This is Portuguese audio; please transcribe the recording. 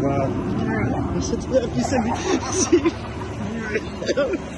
Claro. Você tá aqui sem... sem...